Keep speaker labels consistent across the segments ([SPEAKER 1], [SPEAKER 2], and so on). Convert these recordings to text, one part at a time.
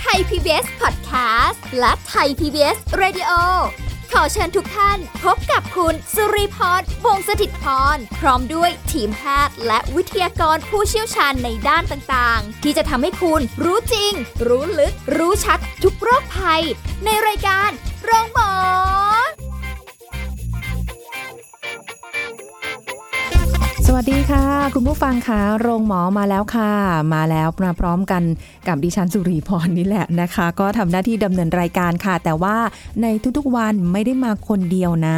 [SPEAKER 1] ไทย PBS Podcast และไทย PBS Radio ขอเชิญทุกท่านพบกับคุณ สุริพรวงศสถิตพร พร้อมด้วยทีมแพทย์และวิทยากรผู้เชี่ยวชาญในด้านต่างๆ ที่จะทำให้คุณรู้จริง รู้ลึก รู้ชัดทุกโรคภัย ในรายการโรงพยาบาล
[SPEAKER 2] สวัสดีค่ะ คุณผู้ฟังคะโรงหมอมาแล้วค่ะ มาแล้วมาพร้อมกันกับดิฉันสุริพรนี่แหละนะคะ ก็ทำหน้าที่ดำเนินรายการค่ะ แต่ว่าในทุกๆวันไม่ได้มาคนเดียวนะ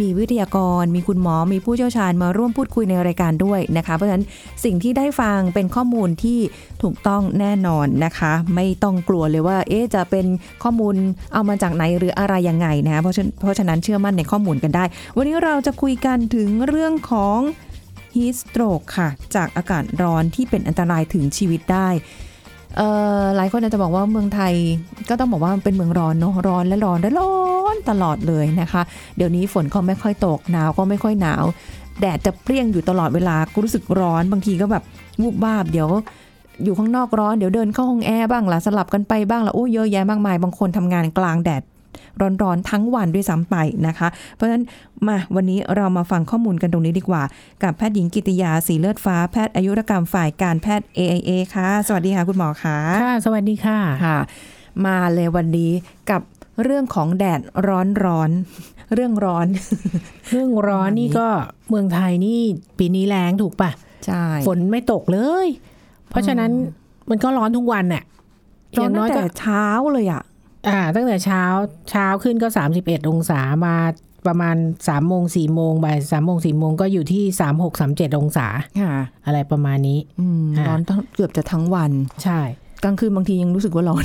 [SPEAKER 2] มีวิทยากร มีคุณหมอมีผู้เชี่ยวชาญมาร่วมพูดคุยในรายการด้วยนะคะ เพราะฉะนั้นสิ่งที่ได้ฟังเป็นข้อมูลที่ถูกต้องแน่นอนนะคะ ไม่ต้องกลัวเลยว่า เอ๊ะจะเป็นข้อมูลเอามาจากไหนหรืออะไรยังไงนะคะเพราะฉะนั้นเพราะฉะนั้นเชื่อมั่นในข้อมูลกันได้ วันนี้เราจะคุยกันถึงเรื่องของ ฮีสโตรกค่ะ จากอากาศร้อนที่เป็นอันตรายถึงชีวิตได้เอ่อหลายคนอาจจะบอกว่าเมืองไทยก็ต้องบอกว่ามันเป็นเมืองร้อนเนอะร้อนและร้อนและร้อนตลอดเลยนะคะ เดี๋ยวนี้ฝนก็ไม่ค่อยตกหนาวก็ไม่ค่อยหนาว แดดจะเปรี้ยงอยู่ตลอดเวลาก็รู้สึกร้อนบางทีก็แบบวูบวาบเดี๋ยว อยู่ข้างนอกร้อนเดี๋ยวเดินเข้าห้องแอร์บ้างละสลับกันไปบ้างละโอ้เยอะแยะมากมายบางคนทำงานกลางแดดร้อนๆทั้งวันด้วยซ้ำไปนะคะ เพราะฉะนั้นมาวันนี้เรามาฟังข้อมูลกันตรงนี้ดีกว่า กับแพทย์หญิงกิติยาสีเลือดฟ้าแพทย์อายุรกรรมฝ่ายการแพทย์ AIA ค่ะ สวัสดีค่ะคุณหมอค่ะ
[SPEAKER 3] ค่ะ สวัสดีค่ะ
[SPEAKER 2] ค่ะ มาเลยวันนี้กับเรื่องของแดดร้อนร้อนๆเรื่องร้อน
[SPEAKER 3] เรื่องร้อนนี่ก็เมืองไทยนี่ปีนี้แรงถูกปะ
[SPEAKER 2] ใช่
[SPEAKER 3] ฝนไม่ตกเลย เพราะฉะนั้นมันก็ร้อนทุกวันน่ะ
[SPEAKER 2] ร้อน
[SPEAKER 3] ย่าง
[SPEAKER 2] ตั้ง
[SPEAKER 3] ก็
[SPEAKER 2] แต่เช้าเลยอ่ะ
[SPEAKER 3] อ่า ตั้งแต่เช้าเช้าขึ้นก็ 31 องศามาประมาณ3ามโมงสี่โมงบ่ายสามโมงสี่โมงก็อยู่ที่ 3 6 3 7 องศา
[SPEAKER 2] ค่ะ
[SPEAKER 3] อะไรประมาณนี้
[SPEAKER 2] อืม
[SPEAKER 3] ค่ะ
[SPEAKER 2] ร้อนตั้งเกือบจะทั้งวัน
[SPEAKER 3] ใช่
[SPEAKER 2] กลางคืนบางทียังรู้สึกว่าร้อน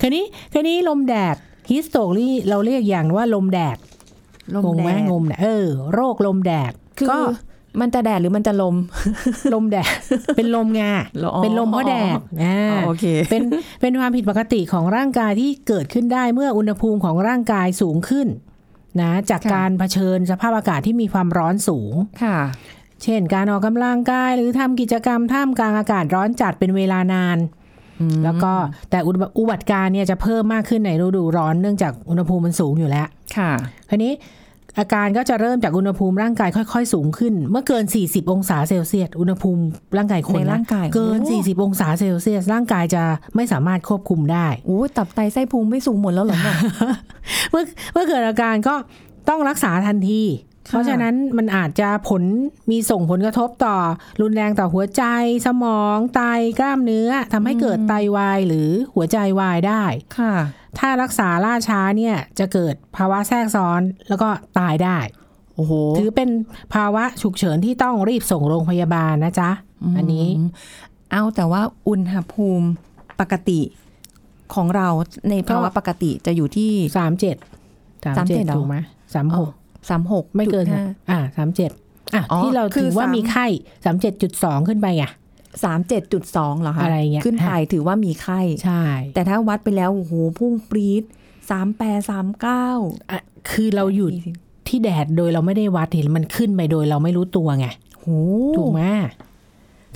[SPEAKER 3] คันนี้คันนี้ลมแดดฮิสโตรี่เราเรียกอย่างว่าลมแดดงงไหมงงแดดเออ โรคลมแดด
[SPEAKER 2] คือ
[SPEAKER 3] ก็
[SPEAKER 2] มันจะแดดหรือมันจะลม
[SPEAKER 3] ลมแด ด เป็นลมไง เป็นลมเพราะแดดอ่า
[SPEAKER 2] โอเค
[SPEAKER 3] เป็น เป็นความผิดปกติของร่างกายที่เกิดขึ้นได้เมื่ออุณหภูมิของร่างกายสูงขึ้นนะจาก
[SPEAKER 2] ค่ะ
[SPEAKER 3] การเผชิญสภาพอากาศที่มีความร้อนสูง
[SPEAKER 2] ค่ะ
[SPEAKER 3] เช่น การออกกำลังกายหรือทำกิจกรรมท่ามกลางอากาศร้อนจัดเป็นเวลานาน แล้วก็แต่อุบัติอุบัติการณ์เนี่ยจะเพิ่มมากขึ้นในฤดูร้อนเนื่องจากอุณหภูมิมันสูงอยู่แล้ว
[SPEAKER 2] ค่ะ
[SPEAKER 3] คราวนี้อาการก็จะเริ่มจากอุณหภูมิร่างกายค่อย ๆ สูงขึ้น เมื่อเกิน 40 องศาเซลเซียสอุณหภูมิร่างกายคน
[SPEAKER 2] ใน
[SPEAKER 3] นะ
[SPEAKER 2] ร่างกาย
[SPEAKER 3] เกิน
[SPEAKER 2] โอ้
[SPEAKER 3] 40 องศาเซลเซียสร่างกายจะไม่สามารถควบคุมได้
[SPEAKER 2] โอ้ยตับไตไส้พุงไม่สูงหมดแล้วเหรอเนี่ย
[SPEAKER 3] เมื่อเมื่อเกิดอาการก็ต้องรักษาทันที เพราะฉะนั้นมันอาจจะผลมีส่งผลกระทบต่อ รุนแรงต่อหัวใจ สมองไตกล้ามเนื้อทำให้เกิดไตวายหรือหัวใจวายได้
[SPEAKER 2] ค่ะ
[SPEAKER 3] ถ้ารักษาล่าช้าเนี่ยจะเกิดภาวะแทรกซ้อนแล้วก็ตายได้
[SPEAKER 2] โอ้โห
[SPEAKER 3] ถือเป็นภาวะฉุกเฉินที่ต้องรีบส่งโรงพยาบาลนะจ๊ะ อันนี้
[SPEAKER 2] มเอาแต่ว่าอุณหภูมิปกติของเราในภาวะ
[SPEAKER 3] ก็
[SPEAKER 2] ปกติจะอยู่ที่
[SPEAKER 3] สามเจ็ดสามเจ็ด
[SPEAKER 2] 37
[SPEAKER 3] ถูกไหมสามหก
[SPEAKER 2] สามหก
[SPEAKER 3] ไม่เกินอ่าสามเจ็ดอ่ะ
[SPEAKER 2] อ๋อ
[SPEAKER 3] ที่เรา
[SPEAKER 2] คื
[SPEAKER 3] ถื
[SPEAKER 2] อ
[SPEAKER 3] อว่า
[SPEAKER 2] สาม
[SPEAKER 3] มีไข้สามเจ็ดจุดสองขึ้นไปไง
[SPEAKER 2] สามเจ็ดจุดสองเหรอคะ
[SPEAKER 3] อะไรเงี้ย
[SPEAKER 2] ขึ้นไปถือว่ามีไข้
[SPEAKER 3] ใช่
[SPEAKER 2] แต่ถ้าวัดไปแล้ว โอ้โห พุ่งปรี๊ดสามแปดสามเก้า
[SPEAKER 3] อ่ะคือเราอยู่ที่แดดโดยเราไม่ได้วัดเห็นมันขึ้นไปโดยเราไม่รู้ตัวไง
[SPEAKER 2] โห
[SPEAKER 3] ถูกไหม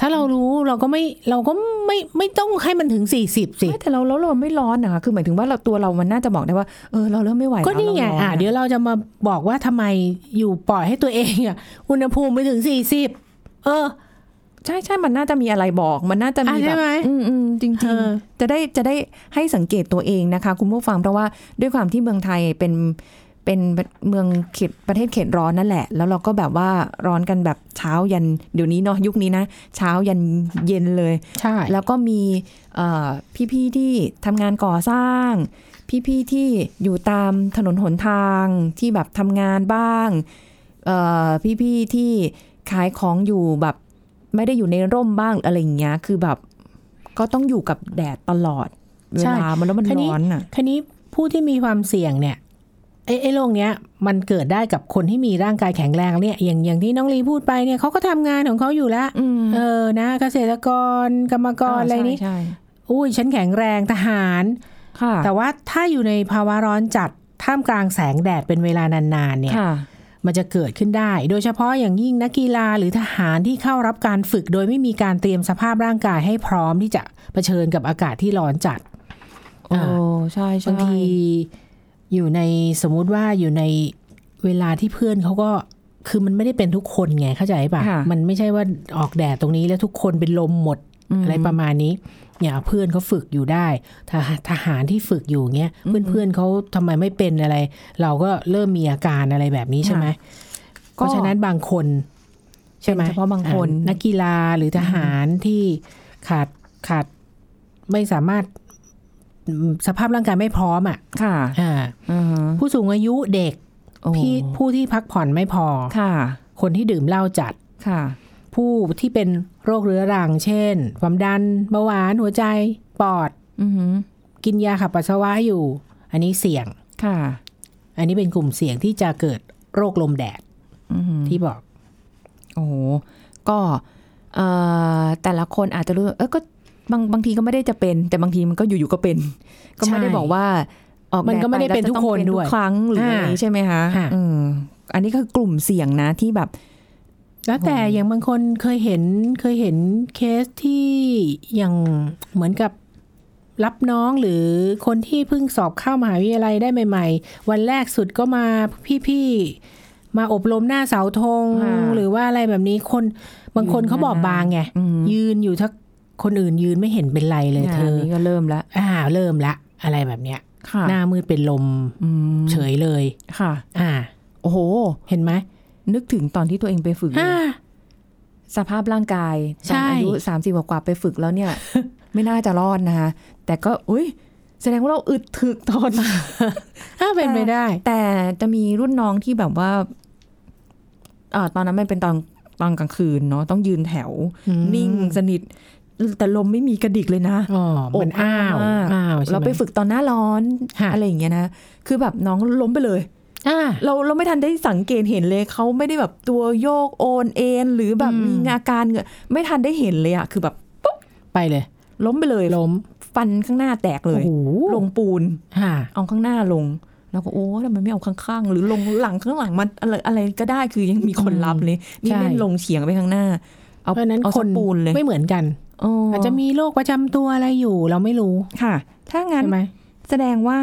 [SPEAKER 3] ถ้าเรารู้เราก็ไม่เราก็ไม่ไม่ต้องให้มันถึงสี่สิบสิ
[SPEAKER 2] ไม่แต่เราแล้วเราไม่ร้อนนะคะคือหมายถึงว่าเราตัวเรามันน่าจะบอกได้ว่า เออเราเริ่มไม่ไหว
[SPEAKER 3] ก็นี่ไง
[SPEAKER 2] แล้วเราร้
[SPEAKER 3] อ่ะเดี๋ยวเราจะมาบอกว่าทำไมอยู่ปล่อยให้ตัวเองอ่ะ อุณหภูมิไปถึงสี่สิบเออ
[SPEAKER 2] ใช่ใช่มันน่าจะมีอะไรบอก มันน่าจะมี
[SPEAKER 3] อ่ะ
[SPEAKER 2] แบ
[SPEAKER 3] ใช่
[SPEAKER 2] บ
[SPEAKER 3] ไหม
[SPEAKER 2] อืมอืมจริงจริง
[SPEAKER 3] เออ
[SPEAKER 2] จะได้จะได้ให้สังเกตตัวเองนะคะ คุณผู้ฟังเพราะว่าด้วยความที่เมืองไทยเป็นเป็นเมืองเขตประเทศเขตร้อนนั่นแหละ แล้วเราก็แบบว่าร้อนกันแบบเช้ายันเดี๋ยวนี้เนาะยุคนี้นะเช้ายันเย็นเลย
[SPEAKER 3] ใช่
[SPEAKER 2] แล้วก็มีเอ่อพี่ๆที่ทำงานก่อสร้าง พี่ๆที่อยู่ตามถนนหนทางที่แบบทำงานบ้างเอ่อพี่ๆที่ขายของอยู่แบบไม่ได้อยู่ในร่มบ้างอะไรอย่างเงี้ยคือแบบก็ต้องอยู่กับแดดตลอดเวลามันแล้วมันร้อนอ่ะ
[SPEAKER 3] คันนี้ผู้ที่มีความเสี่ยงเนี่ยไอ้ไอ้โรคเนี้ย มันเกิดได้กับคนที่มีร่างกายแข็งแรงเนี่ยอย่างอย่างที่น้องลีพูดไปเนี่ยเขาก็ทำงานของเขาอยู่แล้ว
[SPEAKER 2] อืม
[SPEAKER 3] เออนะเกษตรกรกรรมกรอะไรนี้
[SPEAKER 2] ใช่ใช่
[SPEAKER 3] อุ้ยฉันแข็งแรงทหาร
[SPEAKER 2] ค่ะ
[SPEAKER 3] แต่ว่าถ้าอยู่ในภาวะร้อนจัดท่ามกลางแสงแดดเป็นเวลานานๆเนี่ย
[SPEAKER 2] ค่ะ
[SPEAKER 3] มันจะเกิดขึ้นได้ โดยเฉพาะอย่างยิ่งนักกีฬาหรือทหารที่เข้ารับการฝึก โดยไม่มีการเตรียมสภาพร่างกายให้พร้อมที่จะเผชิญกับอากาศที่ร้อนจัด
[SPEAKER 2] โอ้ใช่ใช่
[SPEAKER 3] บางทีอยู่ในสมมุติว่าอยู่ในเวลาที่เพื่อนเขาก็คือมันไม่ได้เป็นทุกคนไงเข้าใจปะ
[SPEAKER 2] ค่ะ
[SPEAKER 3] มันไม่ใช่ว่าออกแดดตรงนี้แล้วทุกคนเป็นลมหมดอะไรประมาณนี้เนี่ยเพื่อนเขาฝึกอยู่ได้ทหารทหารที่ฝึกอยู่เงี้ยเพื่อนเพื่อนๆเขาทำไมไม่เป็นอะไร เราก็เริ่มมีอาการอะไรแบบนี้ใช่ไหมเพราะฉะนั้นบางคนใช่ไหม
[SPEAKER 2] เป็นเฉพาะบางคน
[SPEAKER 3] อ่นักกีฬาหรือทหารที่ขาดขาดไม่สามารถอืมสภาพร่างกายไม่พร้อมอ่ะ
[SPEAKER 2] ค่ะ
[SPEAKER 3] อ่า
[SPEAKER 2] อือฮะ
[SPEAKER 3] ผู้สูงอายุเด็ก
[SPEAKER 2] โอ้
[SPEAKER 3] พี่ผู้ที่พักผ่อนไม่พอ
[SPEAKER 2] ค่ะ
[SPEAKER 3] คนที่ดื่มเหล้าจัด
[SPEAKER 2] ค่ะ
[SPEAKER 3] ผู้ที่เป็นโรคเรื้อรัง เช่น ความดันเบาหวานหัวใจ ปอด
[SPEAKER 2] อือหือ
[SPEAKER 3] กินยาขับปัสสาวะอยู่ อันนี้เสี่ยง
[SPEAKER 2] ค่ะ
[SPEAKER 3] อันนี้เป็นกลุ่มเสี่ยงที่จะเกิดโรคลมแดด
[SPEAKER 2] อือหือ
[SPEAKER 3] ที่บอก
[SPEAKER 2] โอ้โหก็เอ่อแต่ละคนอาจจะรู้ว่าเออก็บางบางทีก็ไม่ได้จะเป็น แต่บางทีมันก็อยู่ๆก็เป็น ก็ไม่ได้
[SPEAKER 3] ใช่
[SPEAKER 2] บอกว่า ออก
[SPEAKER 3] มันก็ไม่ได้
[SPEAKER 2] แแล้ว
[SPEAKER 3] เป็นทุก
[SPEAKER 2] จะต้อง
[SPEAKER 3] คนด้วย
[SPEAKER 2] ทุกครั้งหรืออะไร
[SPEAKER 3] อ่า
[SPEAKER 2] ใช่ไหมคะ
[SPEAKER 3] ค่ะ
[SPEAKER 2] อืมอันนี้ก็คือกลุ่มเสี่ยงนะที่แบบ
[SPEAKER 3] แล้วแต่
[SPEAKER 2] โอ้
[SPEAKER 3] อย่างบางคนเคยเห็นเคยเห็นเคสที่อย่างเหมือนกับรับน้องหรือคนที่เพิ่งสอบเข้ามหาวิทยาลัยได้ใหม่ ๆ วันแรกสุดก็มาพี่ๆมาอบรมหน้าเสาธง
[SPEAKER 2] ค่ะ
[SPEAKER 3] หรือว่าอะไรแบบนี้คนบางคนเขาบอบบางไง
[SPEAKER 2] อืม
[SPEAKER 3] ยืนอยู่ถ้าคนอื่นยืนไม่เห็นเป็นไรเลยเธอ
[SPEAKER 2] นี่ก็เริ่มแล้ว
[SPEAKER 3] อ่าเริ่มละ อะไรแบบเนี้ย
[SPEAKER 2] ค่ะ
[SPEAKER 3] หน้ามืดเป็นลม
[SPEAKER 2] อืม
[SPEAKER 3] เฉยเลย
[SPEAKER 2] ค่ะ
[SPEAKER 3] อ่า
[SPEAKER 2] โอ้โห
[SPEAKER 3] เห็นไหม
[SPEAKER 2] นึกถึงตอนที่ตัวเองไปฝึก
[SPEAKER 3] อ่า
[SPEAKER 2] สภาพร่างกายต
[SPEAKER 3] ใช่
[SPEAKER 2] อนอายุสามสิบกว่าๆไปฝึกแล้วเนี่ย ไม่น่าจะรอดนะคะแต่ก็อุ้ยแสดงว่าเราอึดถึกทน
[SPEAKER 3] อ่าเป็นไปได้
[SPEAKER 2] แต่จะมีรุ่นน้องที่แบบว่าเออตอนนั้นมันเป็นตอนตอนกลางคืนเนาะต้องยืนแถว
[SPEAKER 3] อืม
[SPEAKER 2] นิ่งสนิท แต่ลมไม่มีกระดิกเลยนะ
[SPEAKER 3] อ๋อ มัน
[SPEAKER 2] อบอ้า
[SPEAKER 3] อ้าว ว
[SPEAKER 2] มาก
[SPEAKER 3] อ้าวใช่หม
[SPEAKER 2] เราไปฝึกตอนหน้าร้อน
[SPEAKER 3] ค่ะ
[SPEAKER 2] อะไรอย่างเงี้ยนะคือแบบน้องล้มไปเลย
[SPEAKER 3] อ่า
[SPEAKER 2] เราเราไม่ทันได้สังเกตเห็นเลยเขาไม่ได้แบบตัวโยกโอนเอ็นหรือแบบ
[SPEAKER 3] อืม
[SPEAKER 2] มีอาการเหงื่อไม่ทันได้เห็นเลยอะคือแบบ
[SPEAKER 3] ไปเลย
[SPEAKER 2] ล้มไปเลย
[SPEAKER 3] ล้ม
[SPEAKER 2] ฟันข้างหน้าแตกเล
[SPEAKER 3] โอ้
[SPEAKER 2] ย
[SPEAKER 3] โห
[SPEAKER 2] ลงปูน
[SPEAKER 3] ค่ะ
[SPEAKER 2] เอาข้างหน้าลง แล้วก็โอ้ทำไมไม่เอาข้างๆ หรือลงหลังข้างหลังมันอะไรอะไรก็ได้คือยังมีคนรับเลยนี่เล่นลงเฉียงไปข้างหน้า เอา
[SPEAKER 3] เพราะฉะนั้น
[SPEAKER 2] เอา
[SPEAKER 3] ค
[SPEAKER 2] สัก
[SPEAKER 3] น
[SPEAKER 2] ปูนเลย
[SPEAKER 3] ไม่เหมือนกัน อาจจะมีโรคประจำตัวอะไรอยู่เราไม่รู้
[SPEAKER 2] ค่ะ ถ้างั้น
[SPEAKER 3] ใช่ไหม
[SPEAKER 2] แสดงว่า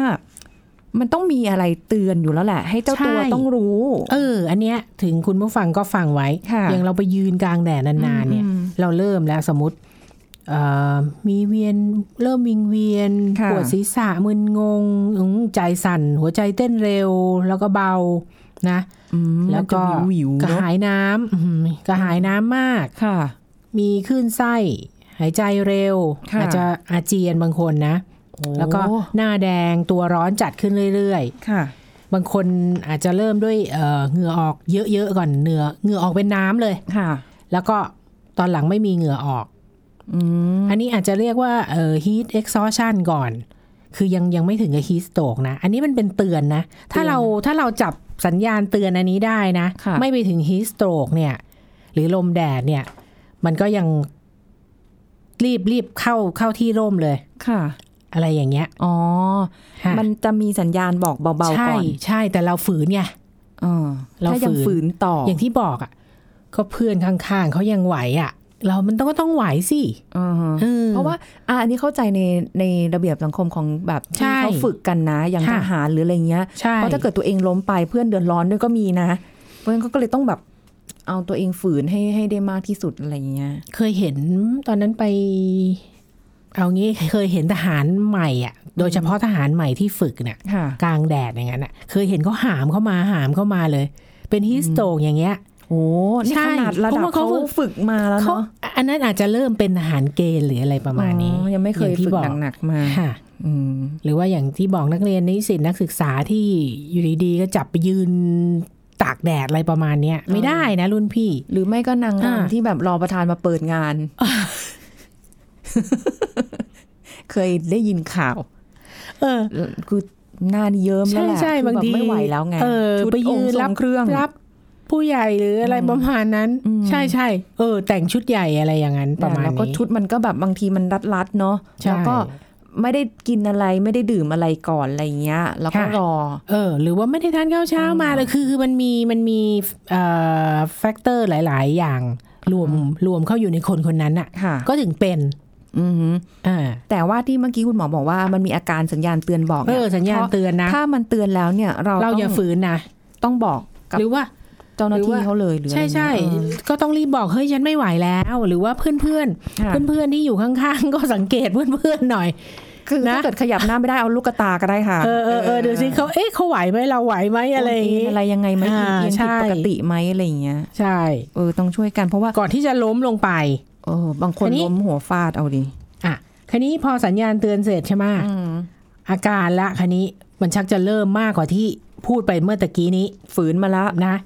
[SPEAKER 2] มันต้องมีอะไรเตือนอยู่แล้วแหละ ให้เจ้าตัว
[SPEAKER 3] ใช่
[SPEAKER 2] ต้องรู้
[SPEAKER 3] เออ อันเนี้ยถึงคุณผู้ฟังก็ฟังไว้
[SPEAKER 2] ค่ะ
[SPEAKER 3] อย่างเราไปยืนกลางแดดนานๆเนี่ย
[SPEAKER 2] อืม
[SPEAKER 3] เราเริ่มแล้วสมมติเอ่อมีเวียนเริ่มวิงเวียน
[SPEAKER 2] ค่ะ
[SPEAKER 3] ปวดศีรษะมึนงงอื้อใจสั่น หัวใจเต้นเร็วแล้วก็เบานะ
[SPEAKER 2] อืม
[SPEAKER 3] แล้วก็
[SPEAKER 2] มันจะวิวๆ
[SPEAKER 3] กระ
[SPEAKER 2] เนาะ
[SPEAKER 3] หายน้ำอื้อหือกระหายน้ำมาก
[SPEAKER 2] ค่ะ
[SPEAKER 3] มีคลื่นไส้ หายใจเร็ว
[SPEAKER 2] ค่ะ
[SPEAKER 3] อาจจะอาเจียนบางคนนะ แล้วก็
[SPEAKER 2] โอ้
[SPEAKER 3] หน้าแดงตัวร้อนจัดขึ้นเรื่อย
[SPEAKER 2] ค่ะ
[SPEAKER 3] ๆ บางคนอาจจะเริ่มด้วยเอ่อเหงื่อออกเยอะๆก่อนเหงื่อเหงื่อออกเป็นน้ำเลย
[SPEAKER 2] ค่ะ
[SPEAKER 3] แล้วก็ตอนหลังไม่มีเหงื่อออก
[SPEAKER 2] อืม
[SPEAKER 3] อันนี้อาจจะเรียกว่าเอ่อ heat exhaustion ก่อน คือยังยังไม่ถึงกับ heat stroke นะ อันนี้มันเป็นเตือนนะ ถ้าเราถ้าเราจับสัญญาณเตือนอันนี้ได้นะ
[SPEAKER 2] ค่ะ
[SPEAKER 3] ไม่ไปถึง heat stroke เนี่ย หรือลมแดดเนี่ย มันก็ยังรีบรีบเข้าเข้าที่ร่มเลย
[SPEAKER 2] ค่ะ
[SPEAKER 3] อะไรอย่างเงี้ย
[SPEAKER 2] อ๋อ
[SPEAKER 3] ฮะ
[SPEAKER 2] มันจะมีสัญญาณบอกเบาๆ
[SPEAKER 3] ใช่
[SPEAKER 2] ก่อน
[SPEAKER 3] ใช่แต่เราฝืนไง
[SPEAKER 2] อ่า
[SPEAKER 3] เรา
[SPEAKER 2] ถ้ายัง
[SPEAKER 3] ฝืน
[SPEAKER 2] ฝืนต่อ
[SPEAKER 3] อ
[SPEAKER 2] อย่าง
[SPEAKER 3] ที่บอกอ่ะก็เพื่อนข้างๆเขายังไหวอ่ะ เรามันต้องก็ต้องไหวสิ
[SPEAKER 2] อ่าฮะ
[SPEAKER 3] ออ
[SPEAKER 2] เพราะว่าอ่ะอันนี้เข้าใจในในระเบียบสังคมของแบบ
[SPEAKER 3] ใช่
[SPEAKER 2] ที่เขาฝึกกันนะ อย่างท
[SPEAKER 3] ค่ะ
[SPEAKER 2] หารหรืออะไรเงี้ย
[SPEAKER 3] ใช่
[SPEAKER 2] เพราะถ้าเกิดตัวเองล้มไปเพื่อนเดือดร้อนด้วยก็มีนะ เพราะฉะนั้นเขาก็เลยต้องแบบเอาตัวเองฝืนให้ให้ได้มากที่สุดอะไรเงี้ย
[SPEAKER 3] เคยเห็นตอนนั้นไป เอางี้ เคยเห็นทหารใหม่อ่ะ โดยเฉพาะทหารใหม่ที่ฝึกเนี่ย
[SPEAKER 2] ค่ะ
[SPEAKER 3] กลางแดดอย่างนั้นอ่ะ เคยเห็นเขาหามเข้ามาหามเข้ามาเลย เป็นฮิสโตกอย่างเงี้ย
[SPEAKER 2] โอ้นี่
[SPEAKER 3] ใช่
[SPEAKER 2] ขนาดระดับ
[SPEAKER 3] เพราะว่าเขา
[SPEAKER 2] เขา
[SPEAKER 3] ฝึก
[SPEAKER 2] ฝึกมาแล้ว
[SPEAKER 3] เขา
[SPEAKER 2] เนาะ
[SPEAKER 3] อันนั้นอาจจะเริ่มเป็นทหารเกณฑ์หรืออะไรประมาณนี้
[SPEAKER 2] อ๋อยังไม่เคย
[SPEAKER 3] อที่
[SPEAKER 2] ฝึก
[SPEAKER 3] บอก
[SPEAKER 2] หนักๆมา
[SPEAKER 3] ค่ะ
[SPEAKER 2] อืม
[SPEAKER 3] หรือว่าอย่างที่บอกนักเรียนนิสิตนักศึกษาที่อยู่ดีๆก็จับไปยืนตากแดดอะไรประมาณเนี้ยไม่ได้นะรุ่นพี่
[SPEAKER 2] หรือไม่ก็นาง
[SPEAKER 3] อ่า
[SPEAKER 2] รำที่แบบรอประธานมาเปิด งาน เคยได้ยินข่าว
[SPEAKER 3] เออ
[SPEAKER 2] คือหน้านี่เยิ้มแล้วแหละ
[SPEAKER 3] ใช่ใช่
[SPEAKER 2] คือแบบ
[SPEAKER 3] า
[SPEAKER 2] บ
[SPEAKER 3] งที
[SPEAKER 2] ไม่ไหวแล้วไง
[SPEAKER 3] เออ
[SPEAKER 2] ชุด
[SPEAKER 3] ไปยื
[SPEAKER 2] อง
[SPEAKER 3] น
[SPEAKER 2] ค์ทร
[SPEAKER 3] รั
[SPEAKER 2] ง
[SPEAKER 3] บ
[SPEAKER 2] เครื่อง
[SPEAKER 3] รับผู้ใหญ่หรืออะไรประมาณนั้น
[SPEAKER 2] อืม
[SPEAKER 3] ใช่ใช่เออ แต่งชุดใหญ่อะไรอย่างนั้นประมาณ
[SPEAKER 2] แล้วก็
[SPEAKER 3] นี้
[SPEAKER 2] ชุดมันก็แบบบางทีมันรัดรัดๆเนาะ
[SPEAKER 3] ใช่
[SPEAKER 2] แล้วก็ ไม่ได้กินอะไรไม่ได้ดื่มอะไรก่อนอะไรเงี้ย แล้วก็
[SPEAKER 3] ค่ะ
[SPEAKER 2] รอ
[SPEAKER 3] เออหรือว่าไม่ได้ทานข้าวเช้ามาเลยคือคือมันมีมันมีเอ่อแฟกเตอร์หลาย ๆ อย่างรวมรวมเข้าอยู่ในคนคนนั้นอ่ะ
[SPEAKER 2] ค่ะ
[SPEAKER 3] ก็ถึงเป็น
[SPEAKER 2] อือหือ
[SPEAKER 3] อ่า
[SPEAKER 2] แต่ว่าที่เมื่อกี้คุณหมอบอกว่ามันมีอาการสัญญาณเตือนบอก
[SPEAKER 3] เอ
[SPEAKER 2] เนี่ย
[SPEAKER 3] อสัญญาณเตือนนะ
[SPEAKER 2] ถ้ามันเตือนแล้วเนี่ย เรา
[SPEAKER 3] เรา
[SPEAKER 2] ต้อง
[SPEAKER 3] อย่าฝืนนะ
[SPEAKER 2] ต้องบอกกับ
[SPEAKER 3] หรือว่า
[SPEAKER 2] เจ้าหน้า
[SPEAKER 3] หรือ
[SPEAKER 2] ที่
[SPEAKER 3] ว่า
[SPEAKER 2] เขาเลยหรือ
[SPEAKER 3] ใช่ใช่
[SPEAKER 2] อะไรเงี้ย
[SPEAKER 3] ก็ต้องรีบบอกเฮ้ยฉันไม่ไหวแล้ว หรือว่าเพื่อนเพื่อน
[SPEAKER 2] เออ
[SPEAKER 3] เพื่อนเพื่อนๆที่อยู่ข้างๆ ก็สังเกตเพื่อนเพื่อนๆหน่อย
[SPEAKER 2] คือ
[SPEAKER 3] นะ
[SPEAKER 2] ถ้าเกิดขยับหน้าไม่ได้เอาลูกกระตาก็ได้ค่ะ
[SPEAKER 3] เออเออเออดูสิเขาเอ๊ะเขาไหวไหมเราไหวไหมอะไรอย่าง
[SPEAKER 2] กิ
[SPEAKER 3] งี้
[SPEAKER 2] นอะไรยังไงไหม
[SPEAKER 3] อ่า
[SPEAKER 2] กินเพียง
[SPEAKER 3] ใช่
[SPEAKER 2] ผิดปกติไหมอะไรเงี้ย
[SPEAKER 3] ใช่
[SPEAKER 2] เออต้องช่วยกันเพราะว่า
[SPEAKER 3] ก่อนที่จะล้มลงไป
[SPEAKER 2] เออบางคน
[SPEAKER 3] อันนี้
[SPEAKER 2] ล้มหัวฟาดเอาดิ
[SPEAKER 3] อ่ะคันนี้พอสัญญาณเตือนเสร็จใช่ไหม
[SPEAKER 2] อืม
[SPEAKER 3] อาการละคันนี้มันชักจะเริ่มมากกว่าที่พูดไปเมื่อตะกี้นี้
[SPEAKER 2] ฝืนมาละ
[SPEAKER 3] นะ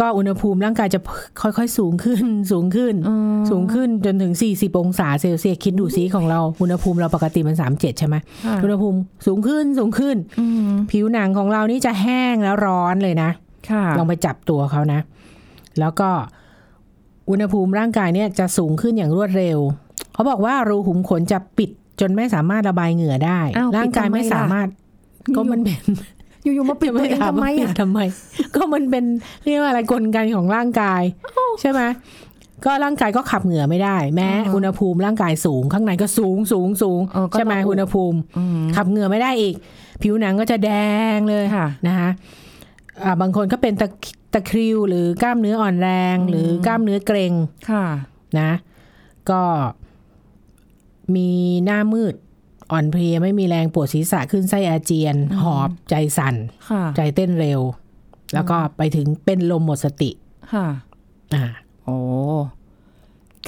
[SPEAKER 3] ก็อุณหภูมิร่างกายจะค่อยๆ สูงขึ้น สูงขึ้น
[SPEAKER 2] อืม
[SPEAKER 3] สูงขึ้นจนถึง 40 องศาเซลเซียสคิดดูซิของเราอุณหภูมิเราปกติมัน 37 ใช่ไหม
[SPEAKER 2] ค่ะ
[SPEAKER 3] อุณหภูมิสูงขึ้นสูงขึ้น
[SPEAKER 2] อืม
[SPEAKER 3] ผิวหนังของเรานี่จะแห้งแล้วร้อนเลยนะ
[SPEAKER 2] ค่ะ
[SPEAKER 3] ลองไปจับตัวเขานะ แล้วก็อุณหภูมิร่างกายเนี่ยจะสูงขึ้นอย่างรวดเร็ว เขาบอกว่ารูขุมขนจะปิดจนไม่สามารถระบายเหงื่อได้
[SPEAKER 2] อ้าว
[SPEAKER 3] ร่างกาย
[SPEAKER 2] ปิดทำไม
[SPEAKER 3] ไม่สามารถ ก็มันเป็น
[SPEAKER 2] อยู่ๆมาปิดตัวเอง
[SPEAKER 3] จะ
[SPEAKER 2] ทำไม
[SPEAKER 3] ปิด
[SPEAKER 2] อ่ะ
[SPEAKER 3] ทำไม ก็มันเป็นเรียกว่าอะไรกลไกของร่างกาย ใช่ไหมก็ร่างกายก็ขับเหงื่อไม่ได้ แม้
[SPEAKER 2] อ่า
[SPEAKER 3] อุณหภูมิร่างกายสูง ข้างในก็สูงสูงสูง
[SPEAKER 2] เออก็
[SPEAKER 3] ใช่ไหม
[SPEAKER 2] ระอุ
[SPEAKER 3] อุณหภูมิ
[SPEAKER 2] อืม
[SPEAKER 3] ขับเหงื่อไม่ได้อีก ผิวหนังก็จะแดงเลย
[SPEAKER 2] ค่ะ
[SPEAKER 3] นะคะอ่าบางคนก็เป็นตะตะคริวหรือกล้ามเนื้ออ่อนแรง
[SPEAKER 2] อืม
[SPEAKER 3] หรือกล้ามเนื้อเกร็ง
[SPEAKER 2] ค่ะ
[SPEAKER 3] นะ ก็มีหน้ามืดอ่อนเพลียไม่มีแรงปวดศีรษะขึ้นไส้อาเจียน
[SPEAKER 2] อืม
[SPEAKER 3] หอบใจสั่น
[SPEAKER 2] ค่ะ
[SPEAKER 3] ใจเต้นเร็ว แล้วก็ไปถึงเป็นลมหมดสติ
[SPEAKER 2] ค่ะ
[SPEAKER 3] อ่า
[SPEAKER 2] โอ้